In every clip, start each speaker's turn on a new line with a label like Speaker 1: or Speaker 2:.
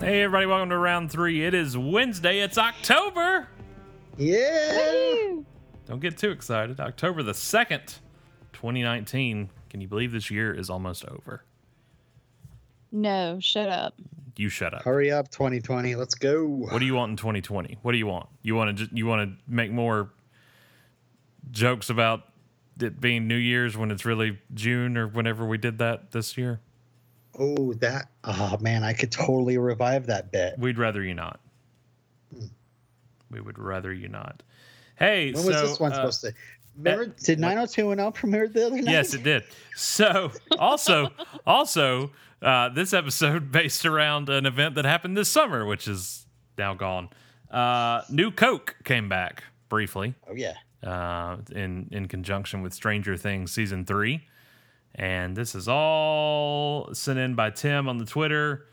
Speaker 1: Hey, everybody, welcome to round three. It is Wednesday, it's October.
Speaker 2: Yeah.
Speaker 1: Don't get too excited. October the 2nd, 2019. Can you believe this year is almost over?
Speaker 3: No, shut up.
Speaker 1: You shut up.
Speaker 2: Hurry up, 2020. Let's go.
Speaker 1: What do you want in 2020? What do you want? You want to you want to make more jokes about it being New Year's when it's really June or whenever we did that this year?
Speaker 2: Oh, that. Oh, man. I could totally revive that bit.
Speaker 1: We'd rather you not. We would rather you not. Hey,
Speaker 2: Hmm. When
Speaker 1: so
Speaker 2: was this one
Speaker 1: uh,
Speaker 2: supposed to? Remember, did 90210 premiere the other night?
Speaker 1: Yes, it did. So, also, also, uh, this episode based around an event that happened this summer, which is now gone. Uh, New Coke came back briefly
Speaker 2: Oh, yeah.
Speaker 1: uh, in in conjunction with Stranger Things season three, and this is all sent in by Tim on the Twitter.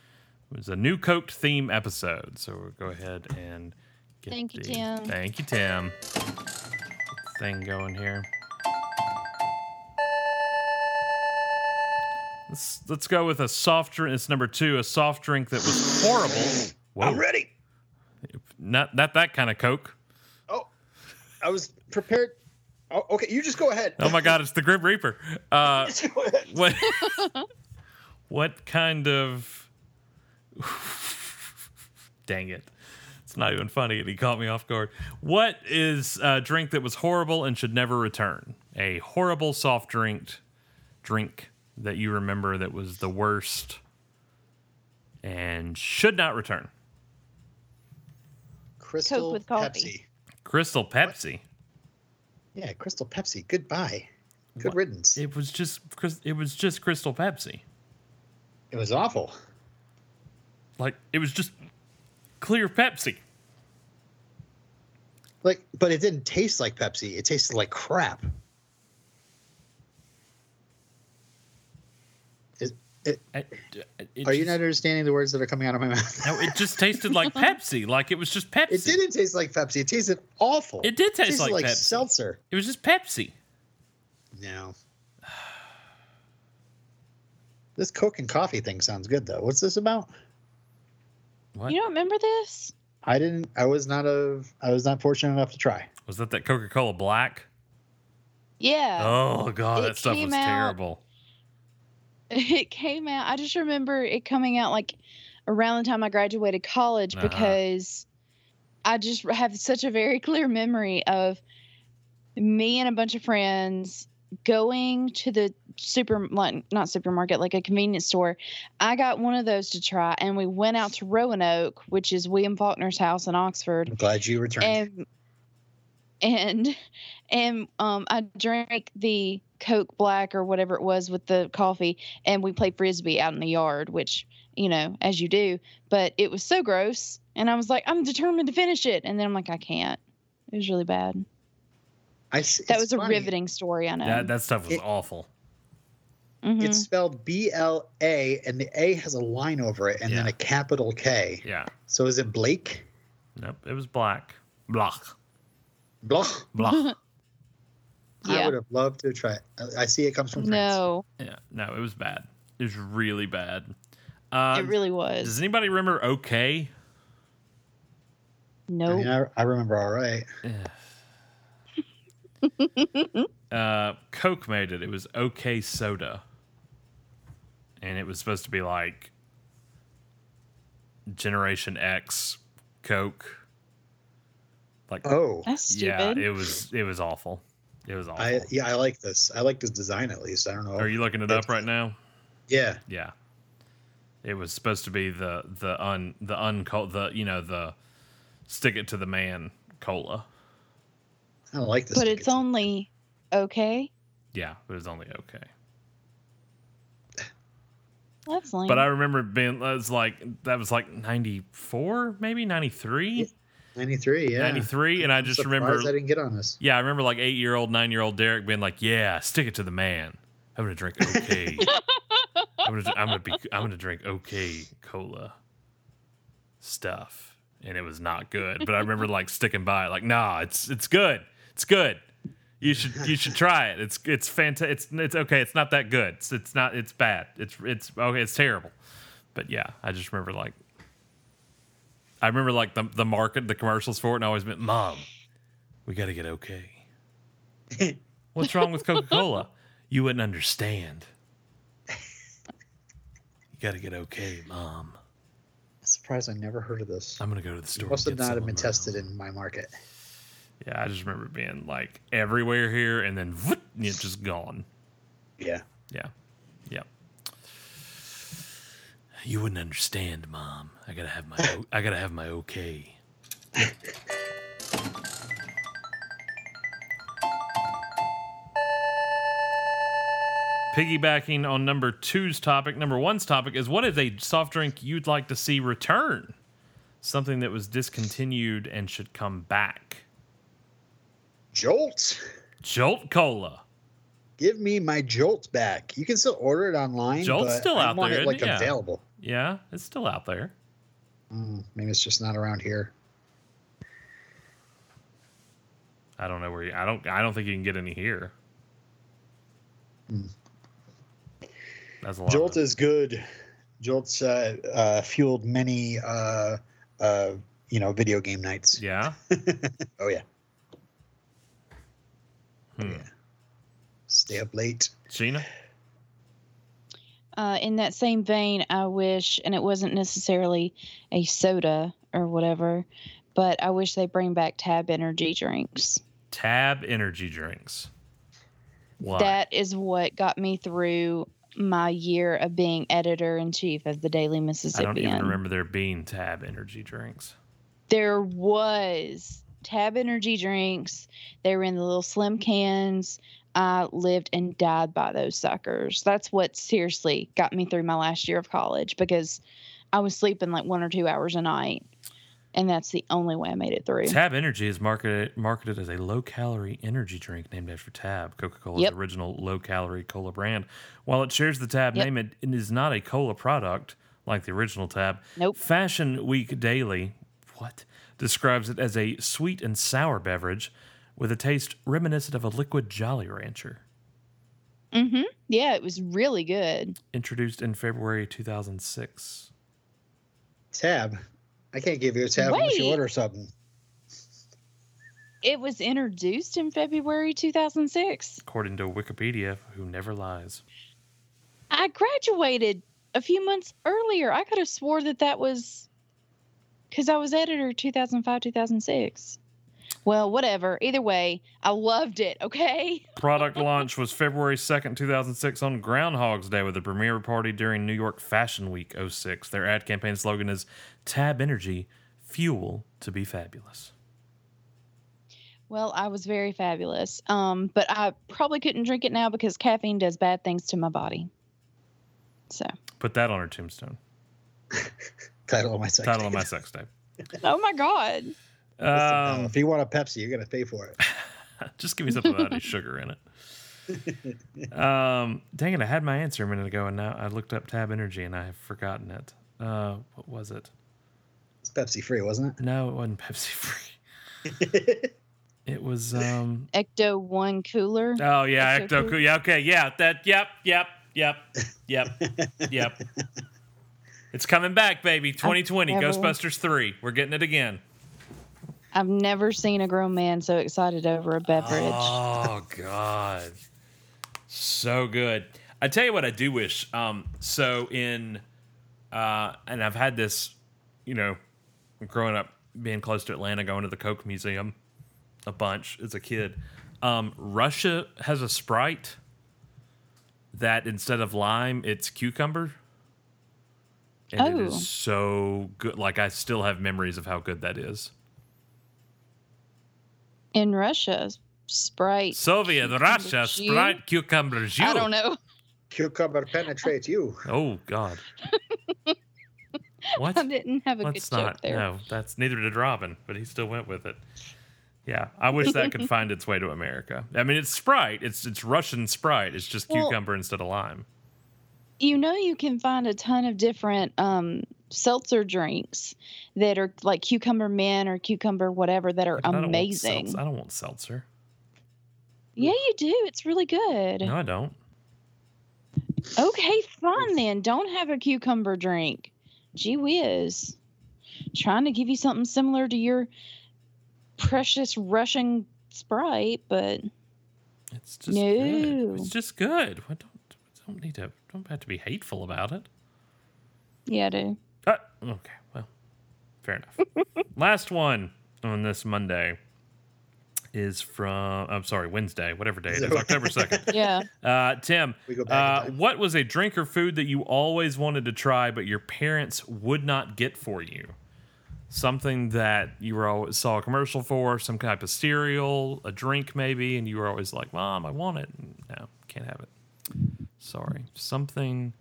Speaker 1: It was a New Coke theme episode, so we'll go ahead and get
Speaker 3: Thank you,
Speaker 1: the-
Speaker 3: Tim.
Speaker 1: Thank you, Tim. Thing going here. Let's let's go with a soft drink. It's number two, a soft drink that was horrible. Whoa,
Speaker 2: I'm ready.
Speaker 1: not not that kind of Coke.
Speaker 2: Oh, I was prepared. Oh, okay. You just go ahead.
Speaker 1: Oh my God, it's the Grim Reaper. Uh,
Speaker 2: Just go ahead.
Speaker 1: what what kind of dang it it's not even funny and he caught me off guard what is a drink that was horrible and should never return a horrible soft drink drink that you remember that was the worst and should not return
Speaker 2: Crystal
Speaker 3: Coke with
Speaker 2: Pepsi.
Speaker 3: coffee.
Speaker 1: crystal pepsi
Speaker 2: Yeah, Crystal Pepsi. Goodbye. Good riddance. It,
Speaker 1: it was just Crys- it was just crystal pepsi
Speaker 2: was awful.
Speaker 1: like it was just clear pepsi
Speaker 2: Like, but it didn't taste like Pepsi. It tasted like crap. Is, it,
Speaker 1: I- it
Speaker 2: Are you
Speaker 1: just-
Speaker 2: not understanding the words that are coming out of my mouth?
Speaker 1: No, it just tasted like Pepsi. Like it was just Pepsi.
Speaker 2: it didn't taste like Pepsi. It tasted awful.
Speaker 1: It did taste
Speaker 2: tasted
Speaker 1: like Pepsi.
Speaker 2: seltzer.
Speaker 1: It was just Pepsi.
Speaker 2: No. This Coke and coffee thing sounds good though. What's this about?
Speaker 1: What
Speaker 3: You don't remember this?
Speaker 2: I didn't. I was not of. I was not fortunate enough to try.
Speaker 1: was that? That Coca Cola Black.
Speaker 3: Yeah.
Speaker 1: Oh god,
Speaker 3: it
Speaker 1: that stuff was
Speaker 3: came out-
Speaker 1: terrible.
Speaker 3: It came out. I just remember it coming out like around the time I graduated college
Speaker 1: Uh-huh.
Speaker 3: because I just have such a very clear memory of me and a bunch of friends going to the super like, not supermarket like a convenience store i got one of those to try and we went out to roanoke which is william faulkner's house in oxford
Speaker 2: I'm glad you returned.
Speaker 3: and and and um I drank the Coke Black or whatever it was with the coffee, and we played frisbee out in the yard, which you know as you do. But it was so gross, and I was like, I'm determined to finish it, and then I'm like, I can't. It was really bad.
Speaker 2: I s-
Speaker 3: That
Speaker 2: it's
Speaker 3: was a
Speaker 2: funny.
Speaker 3: riveting story. I know.
Speaker 1: That that stuff was
Speaker 2: It-
Speaker 1: awful.
Speaker 3: Mhm.
Speaker 2: It's spelled B L A, and the A has a line over it, and then
Speaker 1: Yeah.
Speaker 2: a capital K.
Speaker 1: Yeah.
Speaker 2: So is it Blake?
Speaker 1: Nope. It was black. Blah.
Speaker 2: Blah.
Speaker 1: Blah.
Speaker 2: I
Speaker 3: Yeah.
Speaker 2: would have loved to try it. I- I see it comes from France.
Speaker 3: no,
Speaker 1: yeah. No, it was bad. It was really bad. Um,
Speaker 3: it really
Speaker 1: does
Speaker 3: was.
Speaker 1: anybody remember OK?
Speaker 2: I,
Speaker 3: No.
Speaker 2: mean, I, I remember all right.
Speaker 1: uh, Coke made it. It was OK Soda, and it was supposed to be like Generation X Coke. Like,
Speaker 2: Oh,
Speaker 3: That's
Speaker 1: yeah,
Speaker 3: stupid.
Speaker 1: it was it was awful. It was awful.
Speaker 2: I yeah, I like this. I like this design at least. I don't know.
Speaker 1: Are you looking it up right now?
Speaker 2: Yeah,
Speaker 1: Yeah, it was supposed to be the the un the uncol the you know the stick it to the man cola.
Speaker 2: I don't like this.
Speaker 3: but
Speaker 2: thing.
Speaker 3: it's only okay.
Speaker 1: Yeah, it was only okay.
Speaker 3: That's lame.
Speaker 1: But I remember it being it's like that was like ninety four, maybe ninety three,
Speaker 2: 93. Yeah,
Speaker 1: ninety three, and I just
Speaker 2: Surprised
Speaker 1: remember,
Speaker 2: I didn't get on this.
Speaker 1: yeah, I remember like eight year old, nine year old Derek being like, "Yeah, stick it to the man. I'm gonna drink okay. I'm gonna, I'm gonna be, I'm gonna drink okay cola stuff." And it was not good, but I remember like sticking by it, like, "Nah, it's it's good, it's good. You should you should try it. It's it's fantastic. It's it's okay. It's not that good. It's, it's not. It's bad. It's it's okay. It's terrible." But yeah, I just remember like I remember like the the market, the commercials for it, and I always meant, "Mom, we got to get okay." What's wrong with Coca Cola? You wouldn't understand. You got to get okay, Mom.
Speaker 2: Surprised I never heard of this.
Speaker 1: I'm gonna go to the store. and
Speaker 2: Must have
Speaker 1: get
Speaker 2: not
Speaker 1: some
Speaker 2: have
Speaker 1: of
Speaker 2: been
Speaker 1: my
Speaker 2: tested
Speaker 1: own."
Speaker 2: in my market.
Speaker 1: Yeah, I just remember it being like everywhere here, and then voot, it's just gone.
Speaker 2: Yeah.
Speaker 1: Yeah. Yeah. You wouldn't understand, mom. I got to have my o- I got to have my okay. Piggybacking on number two's topic, number one's topic is what is a soft drink you'd like to see return? Something that was discontinued and should come back.
Speaker 2: Jolt.
Speaker 1: Jolt Cola.
Speaker 2: Give me my Jolt back. You can still order it online.
Speaker 1: Jolt's
Speaker 2: but
Speaker 1: still
Speaker 2: I
Speaker 1: out
Speaker 2: want
Speaker 1: there,
Speaker 2: It,
Speaker 1: isn't
Speaker 2: like
Speaker 1: it? Yeah.
Speaker 2: available.
Speaker 1: Yeah, it's still out there.
Speaker 2: Mm, maybe it's just not around here.
Speaker 1: I don't know where you, I don't I don't think you can get any here.
Speaker 2: Hmm.
Speaker 1: That's a lot.
Speaker 2: Jolt
Speaker 1: of-
Speaker 2: is good. Jolt's uh, uh, fueled many, uh, uh, you know, video game nights.
Speaker 1: yeah.
Speaker 2: Oh yeah.
Speaker 1: Hmm.
Speaker 2: Yeah. Stay up late.
Speaker 1: Sheena.
Speaker 3: Uh, in that same vein, I wish, and it wasn't necessarily a soda or whatever, but I wish they bring back Tab Energy drinks.
Speaker 1: Tab energy drinks. Why?
Speaker 3: That is what got me through my year of being editor in chief of the Daily
Speaker 1: I
Speaker 3: Mississippian.
Speaker 1: don't even remember there being tab energy drinks.
Speaker 3: There was Tab Energy drinks. They were in the little slim cans. I lived and died by those suckers. That's what seriously got me through my last year of college because I was sleeping like one or two hours a night. And that's the only way I made it through.
Speaker 1: Tab Energy is marketed marketed as a low calorie energy drink named after Tab, Coca Cola's
Speaker 3: Yep.
Speaker 1: original low calorie cola brand. While it shares the Tab
Speaker 3: Yep.
Speaker 1: name, it, it is not a cola product like the original Tab.
Speaker 3: Nope.
Speaker 1: Fashion Week Daily, what describes it as a sweet and sour beverage with a taste reminiscent of a liquid Jolly Rancher.
Speaker 3: hmm Yeah, it was really good.
Speaker 1: Introduced in February 2006.
Speaker 2: Tab. I can't give you a tab unless you
Speaker 3: Wait.
Speaker 2: order something.
Speaker 3: It was introduced in February 2006.
Speaker 1: According to Wikipedia, who never lies.
Speaker 3: I graduated a few months earlier. I could have swore that that was because I was editor 2005, 2006. Well, whatever. Either way, I loved it. Okay.
Speaker 1: Product launch was February 2nd, 2006 on Groundhog's Day with a premiere party during New York Fashion Week 06. Their ad campaign slogan is Tab Energy, fuel to be fabulous.
Speaker 3: Well, I was very fabulous. Um, but I probably couldn't drink it now because caffeine does bad things to my body. So,
Speaker 1: Put that on her tombstone.
Speaker 2: Title of my sex.
Speaker 1: Title of my sex tape.
Speaker 3: oh my God.
Speaker 2: Listen,
Speaker 1: Um,
Speaker 2: if you want a Pepsi, you're gonna pay for it.
Speaker 1: just give me something that has sugar in it. Um, dang it, I had my answer a minute ago and now I looked up Tab Energy and I have forgotten it. Uh, what was it?
Speaker 2: It's Pepsi free, wasn't
Speaker 1: No, it wasn't Pepsi Free.
Speaker 2: it?
Speaker 1: It was um
Speaker 3: Ecto 1 cooler.
Speaker 1: Oh yeah,
Speaker 3: Ecto
Speaker 1: ecto.
Speaker 3: Coo-
Speaker 1: Yeah, okay, yeah. That. Yep, yep, yep, yep, yep. It's coming back, baby. 2020,
Speaker 3: never-
Speaker 1: Ghostbusters three. We're getting it again.
Speaker 3: I've never seen a grown man so excited over a beverage.
Speaker 1: Oh god, so good. I tell you what, I do wish. Um, so in, uh, and I've had this, you know, growing up, being close to Atlanta, going to the Coke Museum a bunch as a kid. Um, Russia has a Sprite that instead of lime, it's cucumber. And it
Speaker 3: Oh.
Speaker 1: is so good. Like I still have memories of how good that is.
Speaker 3: In Russia, Sprite.
Speaker 1: Soviet Russia
Speaker 3: juice?
Speaker 1: Sprite cucumber juice.
Speaker 3: I don't know.
Speaker 2: Cucumber penetrates you.
Speaker 1: Oh God. what?
Speaker 3: I didn't have a
Speaker 1: Let's
Speaker 3: good
Speaker 1: not.
Speaker 3: joke there.
Speaker 1: No, that's neither did Robin, but he still went with it. Yeah, I wish that could find its way to America. I mean, it's Sprite. It's it's Russian Sprite. It's just
Speaker 3: Well-
Speaker 1: cucumber instead of lime.
Speaker 3: You know, you can find a ton of different um, seltzer drinks that are like cucumber mint or cucumber whatever that are
Speaker 1: I don't want
Speaker 3: amazing.
Speaker 1: seltz- I don't want seltzer.
Speaker 3: Yeah, you do. It's really good.
Speaker 1: No, I don't.
Speaker 3: Okay, fine then. Don't have a cucumber drink. Gee whiz. trying to give you something similar to your precious Russian Sprite, but
Speaker 1: It's just
Speaker 3: No.
Speaker 1: good. It's just good. We don't we don't need to don't have to be hateful about it.
Speaker 3: yeah, I do.
Speaker 1: Uh, okay, well, fair enough. Last one on this Monday is from I'm sorry, Wednesday, whatever day it is, October second.
Speaker 3: Yeah.
Speaker 1: Uh, Tim,
Speaker 2: We go
Speaker 1: uh,
Speaker 2: back in time.
Speaker 1: what was a drink or food that you always wanted to try but your parents would not get for you? Something that you were always saw a commercial for, some type of cereal, a drink maybe, and you were always like, "Mom, I want it." And, No, can't have it. Sorry. Something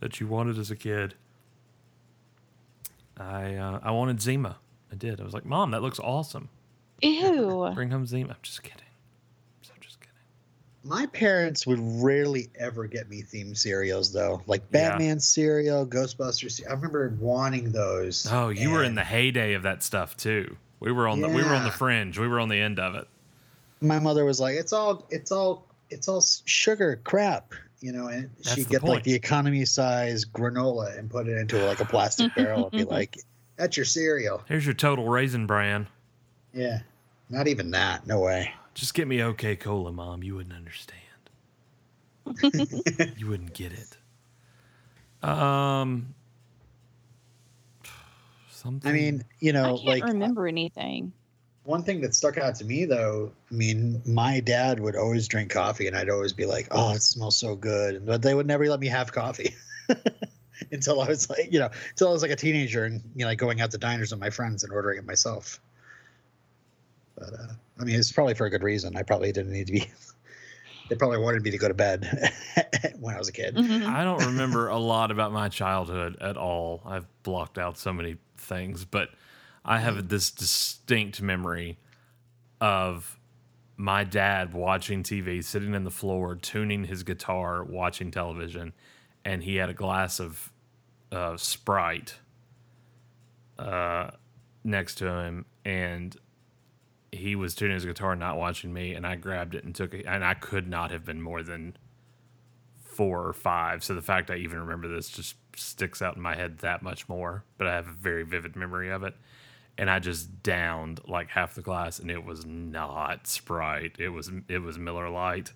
Speaker 1: that you wanted as a kid. I uh, I wanted Zima. I did. I was like, "Mom, that looks awesome.
Speaker 3: Ew.
Speaker 1: Bring home Zima." I'm just kidding. I'm just kidding.
Speaker 2: My parents would rarely ever get me themed cereals though, like
Speaker 1: Yeah.
Speaker 2: Batman cereal, Ghostbusters. cere- I remember wanting those.
Speaker 1: Oh, you were in
Speaker 2: and
Speaker 1: the heyday of that stuff too. We were on the we were on the
Speaker 2: Yeah.
Speaker 1: fringe. We were on the end of it.
Speaker 2: My mother was like, "It's all, it's all, it's all s- sugar crap," you know. And
Speaker 1: That's
Speaker 2: she'd
Speaker 1: the
Speaker 2: get
Speaker 1: point.
Speaker 2: like the economy size granola and put it into like a plastic barrel and be like, "That's your cereal."
Speaker 1: Here's your total raisin bran.
Speaker 2: Yeah, not even that. No way.
Speaker 1: Just get me OK Cola, Mom. You wouldn't understand. you wouldn't get it. Um, something.
Speaker 2: I mean, you know,
Speaker 3: I can't
Speaker 2: like uh,
Speaker 3: remember anything.
Speaker 2: one thing that stuck out to me though i mean my dad would always drink coffee and i'd always be like oh it smells so good but they would never let me have coffee until i was like you know until i was like a teenager and you know like going out to diners with my friends and ordering it myself but uh, i mean it's probably for a good reason i probably didn't need to be they probably wanted me to go to bed when i was a kid
Speaker 3: Mhm.
Speaker 1: I don't remember a lot about my childhood at all. I've blocked out so many things, but I have this distinct memory of my dad watching TV, sitting on the floor, tuning his guitar, watching television, and he had a glass of uh, Sprite uh, next to him, and he was tuning his guitar, not watching me, and I grabbed it and took it, and I could not have been more than four or five. So the fact I even remember this just sticks out in my head that much more. But I have a very vivid memory of it. And I just downed like half the glass, and it was not Sprite. It was it was Miller Lite.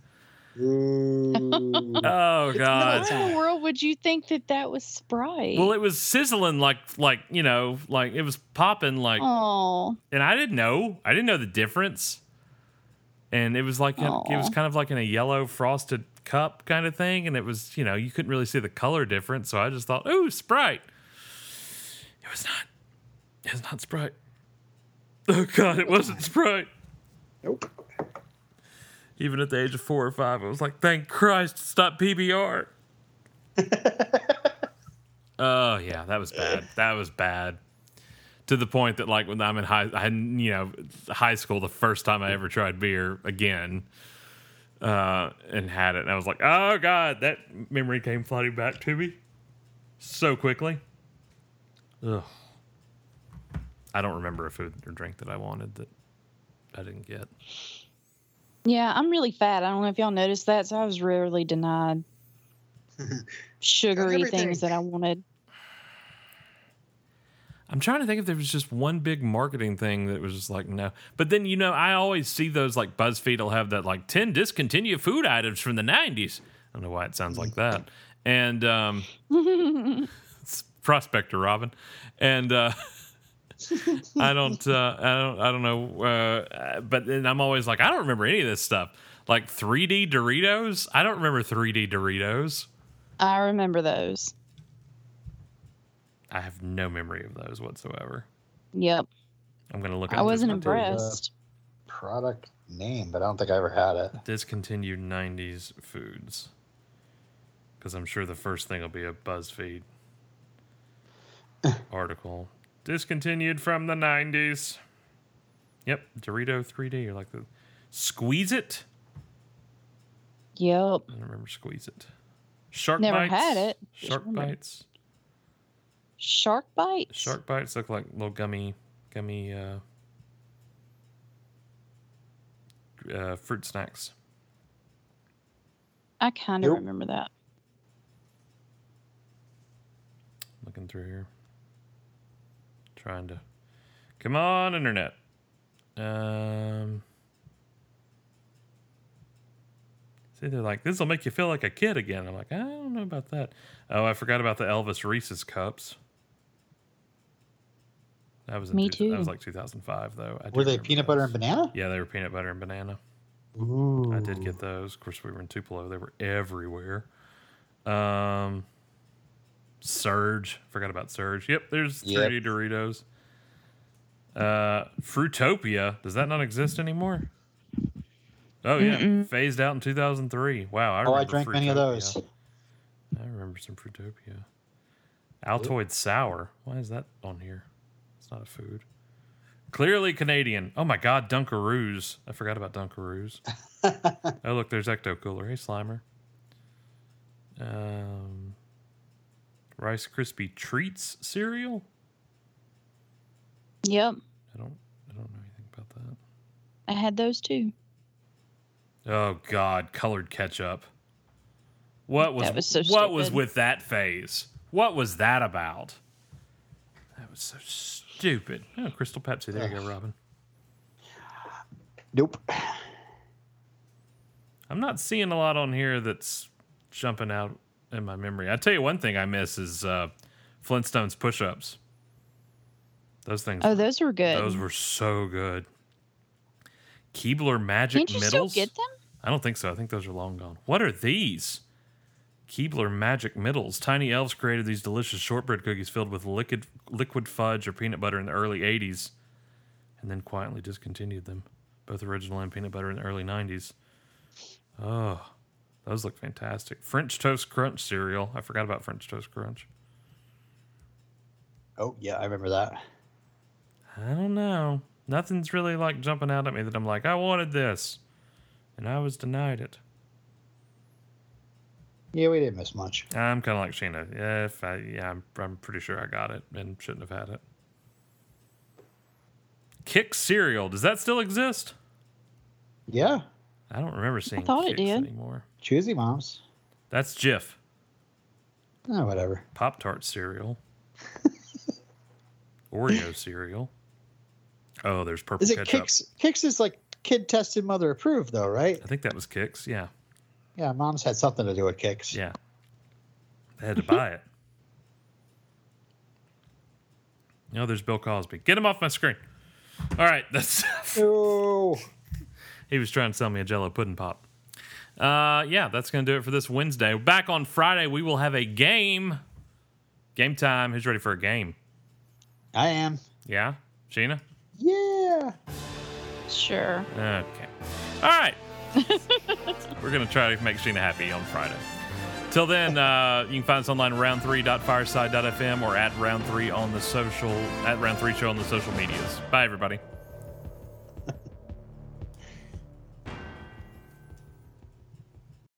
Speaker 2: Ooh.
Speaker 1: Oh
Speaker 3: Why
Speaker 1: god!
Speaker 3: in the world would you think that that was Sprite?
Speaker 1: Well, it was sizzling like like you know like it was popping like,
Speaker 3: oh,
Speaker 1: and I didn't know I didn't know the difference. And it was like it was
Speaker 3: Aw.
Speaker 1: kind of like in a yellow frosted cup kind of thing, and it was you know you couldn't really see the color difference, so I just thought, ooh, Sprite. It was not. It was not Sprite. Oh god, it wasn't Sprite.
Speaker 2: nope
Speaker 1: Even at the age of four or five, I was like, thank Christ, it's not PBR. Oh yeah, that was bad. That was bad. To the point that like when I'm in high, I hadn't, you know high school, the first time I ever tried beer again, uh, and had it, and I was like, oh god, that memory came flooding back to me so quickly. Ugh. I don't remember a food or drink that I wanted that I didn't get.
Speaker 3: yeah, I'm really fat. I don't know if y'all noticed that, so I was rarely denied sugary things
Speaker 2: Everything.
Speaker 3: that I wanted.
Speaker 1: I'm trying to think if there was just one big marketing thing that was just like no. But then you know, I always see those like BuzzFeed will have that like ten discontinued food items from the '90s. I don't know why it sounds like that. And um, it's Prospector Robin, and uh, I don't, uh, I don't, I don't know. Uh, but then I'm always like, I don't remember any of this stuff. Like 3D Doritos, I don't remember 3D Doritos.
Speaker 3: I remember those.
Speaker 1: I have no memory of those whatsoever.
Speaker 3: Yep,
Speaker 1: I'm gonna look. up
Speaker 3: I wasn't
Speaker 1: this-
Speaker 2: not too, uh,
Speaker 3: impressed.
Speaker 2: product name but i don't think i ever had it
Speaker 1: discontinued 90s foods because i'm sure the first thing will be a buzzfeed article discontinued from the 90s yep dorito 3d or like the squeeze it
Speaker 3: Yep.
Speaker 1: i don't remember squeeze it shark
Speaker 3: Never
Speaker 1: bites
Speaker 3: had it. Just
Speaker 1: shark
Speaker 3: wondering.
Speaker 1: bites
Speaker 3: Shark bites.
Speaker 1: shark bites look like little gummy gummy uh, uh fruit snacks
Speaker 3: I kind of
Speaker 2: Nope.
Speaker 3: remember that.
Speaker 1: looking through here. Trying to. Come on, internet. Um. See, they're like, this will make you feel like a kid again. I'm like, I don't know about that. Oh, I forgot about the Elvis Reese's cups. That was in
Speaker 3: Me
Speaker 1: two-
Speaker 3: too.
Speaker 1: That was like 2005, though. I do
Speaker 2: Were they
Speaker 1: remember
Speaker 2: peanut butter and
Speaker 1: those.
Speaker 2: banana?
Speaker 1: Yeah, they were peanut butter and banana.
Speaker 2: Ooh.
Speaker 1: I did get those. Of course, we were in Tupelo. They were everywhere. Um, Surge. Forgot about Surge. Yep, there's
Speaker 2: Yep.
Speaker 1: 3D Doritos. Uh, Fruitopia. Does that not exist anymore? Oh, yeah.
Speaker 3: Mm-mm.
Speaker 1: Phased out in 2003. Wow. I
Speaker 2: Oh, I
Speaker 1: remember
Speaker 2: drank many
Speaker 1: Fruitopia.
Speaker 2: of those.
Speaker 1: I remember some Fruitopia. Altoid Sour. Why is that on here? It's not a food. Clearly Canadian. Oh my God, Dunkaroos. I forgot about Dunkaroos. oh look, there's Ecto Cooler. Hey Slimer. Um, Rice Krispie Treats cereal.
Speaker 3: Yep.
Speaker 1: I don't. I don't know anything about that.
Speaker 3: I had those too.
Speaker 1: Oh God, colored ketchup. What was,
Speaker 3: That was so
Speaker 1: what was
Speaker 3: stupid.
Speaker 1: with that phase? What was that about? That was so stupid. Oh, Crystal Pepsi. There you go, Robin.
Speaker 2: Nope.
Speaker 1: I'm not seeing a lot on here that's jumping out in my memory. I tell you one thing I miss is uh, Flintstones push-ups. Those things.
Speaker 3: Oh, those were good.
Speaker 1: Those were so good. Keebler Magic
Speaker 3: Can't you
Speaker 1: Middles.
Speaker 3: still get them?
Speaker 1: I don't think so. I think those are long gone. What are these? Keebler Magic Middles. Tiny elves created these delicious shortbread cookies filled with liquid liquid fudge or peanut butter in the early 80s and then quietly discontinued them. Both original and peanut butter in the early 90s. Oh, those look fantastic. French Toast Crunch cereal. I forgot about French Toast Crunch.
Speaker 2: Oh yeah, I remember that.
Speaker 1: I don't know. Nothing's really like jumping out at me that I'm like, I wanted this. And I was denied it.
Speaker 2: Yeah, we didn't miss much.
Speaker 1: I'm kind of like Sheena. Yeah, if I, yeah, I'm, I'm pretty sure I got it and shouldn't have had it. Kick cereal. Does that still exist?
Speaker 2: Yeah,
Speaker 1: I don't remember seeing
Speaker 3: thought it
Speaker 1: Kix
Speaker 3: did.
Speaker 1: anymore.
Speaker 2: choosy moms.
Speaker 1: That's Jif.
Speaker 2: Oh, whatever.
Speaker 1: Pop Tart cereal. Oreo cereal. Oh, there's purple
Speaker 2: Is it
Speaker 1: ketchup.
Speaker 2: kicks? Kicks is like kid tested, mother approved, though, right?
Speaker 1: I think that was Kix. Yeah.
Speaker 2: Yeah, moms had something to do with kicks.
Speaker 1: Yeah. They had to buy it. No, there's Bill Cosby. Get him off my screen. All right, that's
Speaker 2: Oh,
Speaker 1: he was trying to sell me a Jello pudding pop. Uh, yeah, that's gonna do it for this Wednesday. Back on Friday, we will have a game. Game time. Who's ready for a game?
Speaker 2: I am.
Speaker 1: Yeah, Sheena.
Speaker 2: Yeah.
Speaker 3: Sure.
Speaker 1: Okay. All right. We're going to try to make Sheena happy on Friday. Till then, uh, you can find us online at round3.fireside.fm or at round3 on the social, at round3 show on the social medias. Bye, everybody.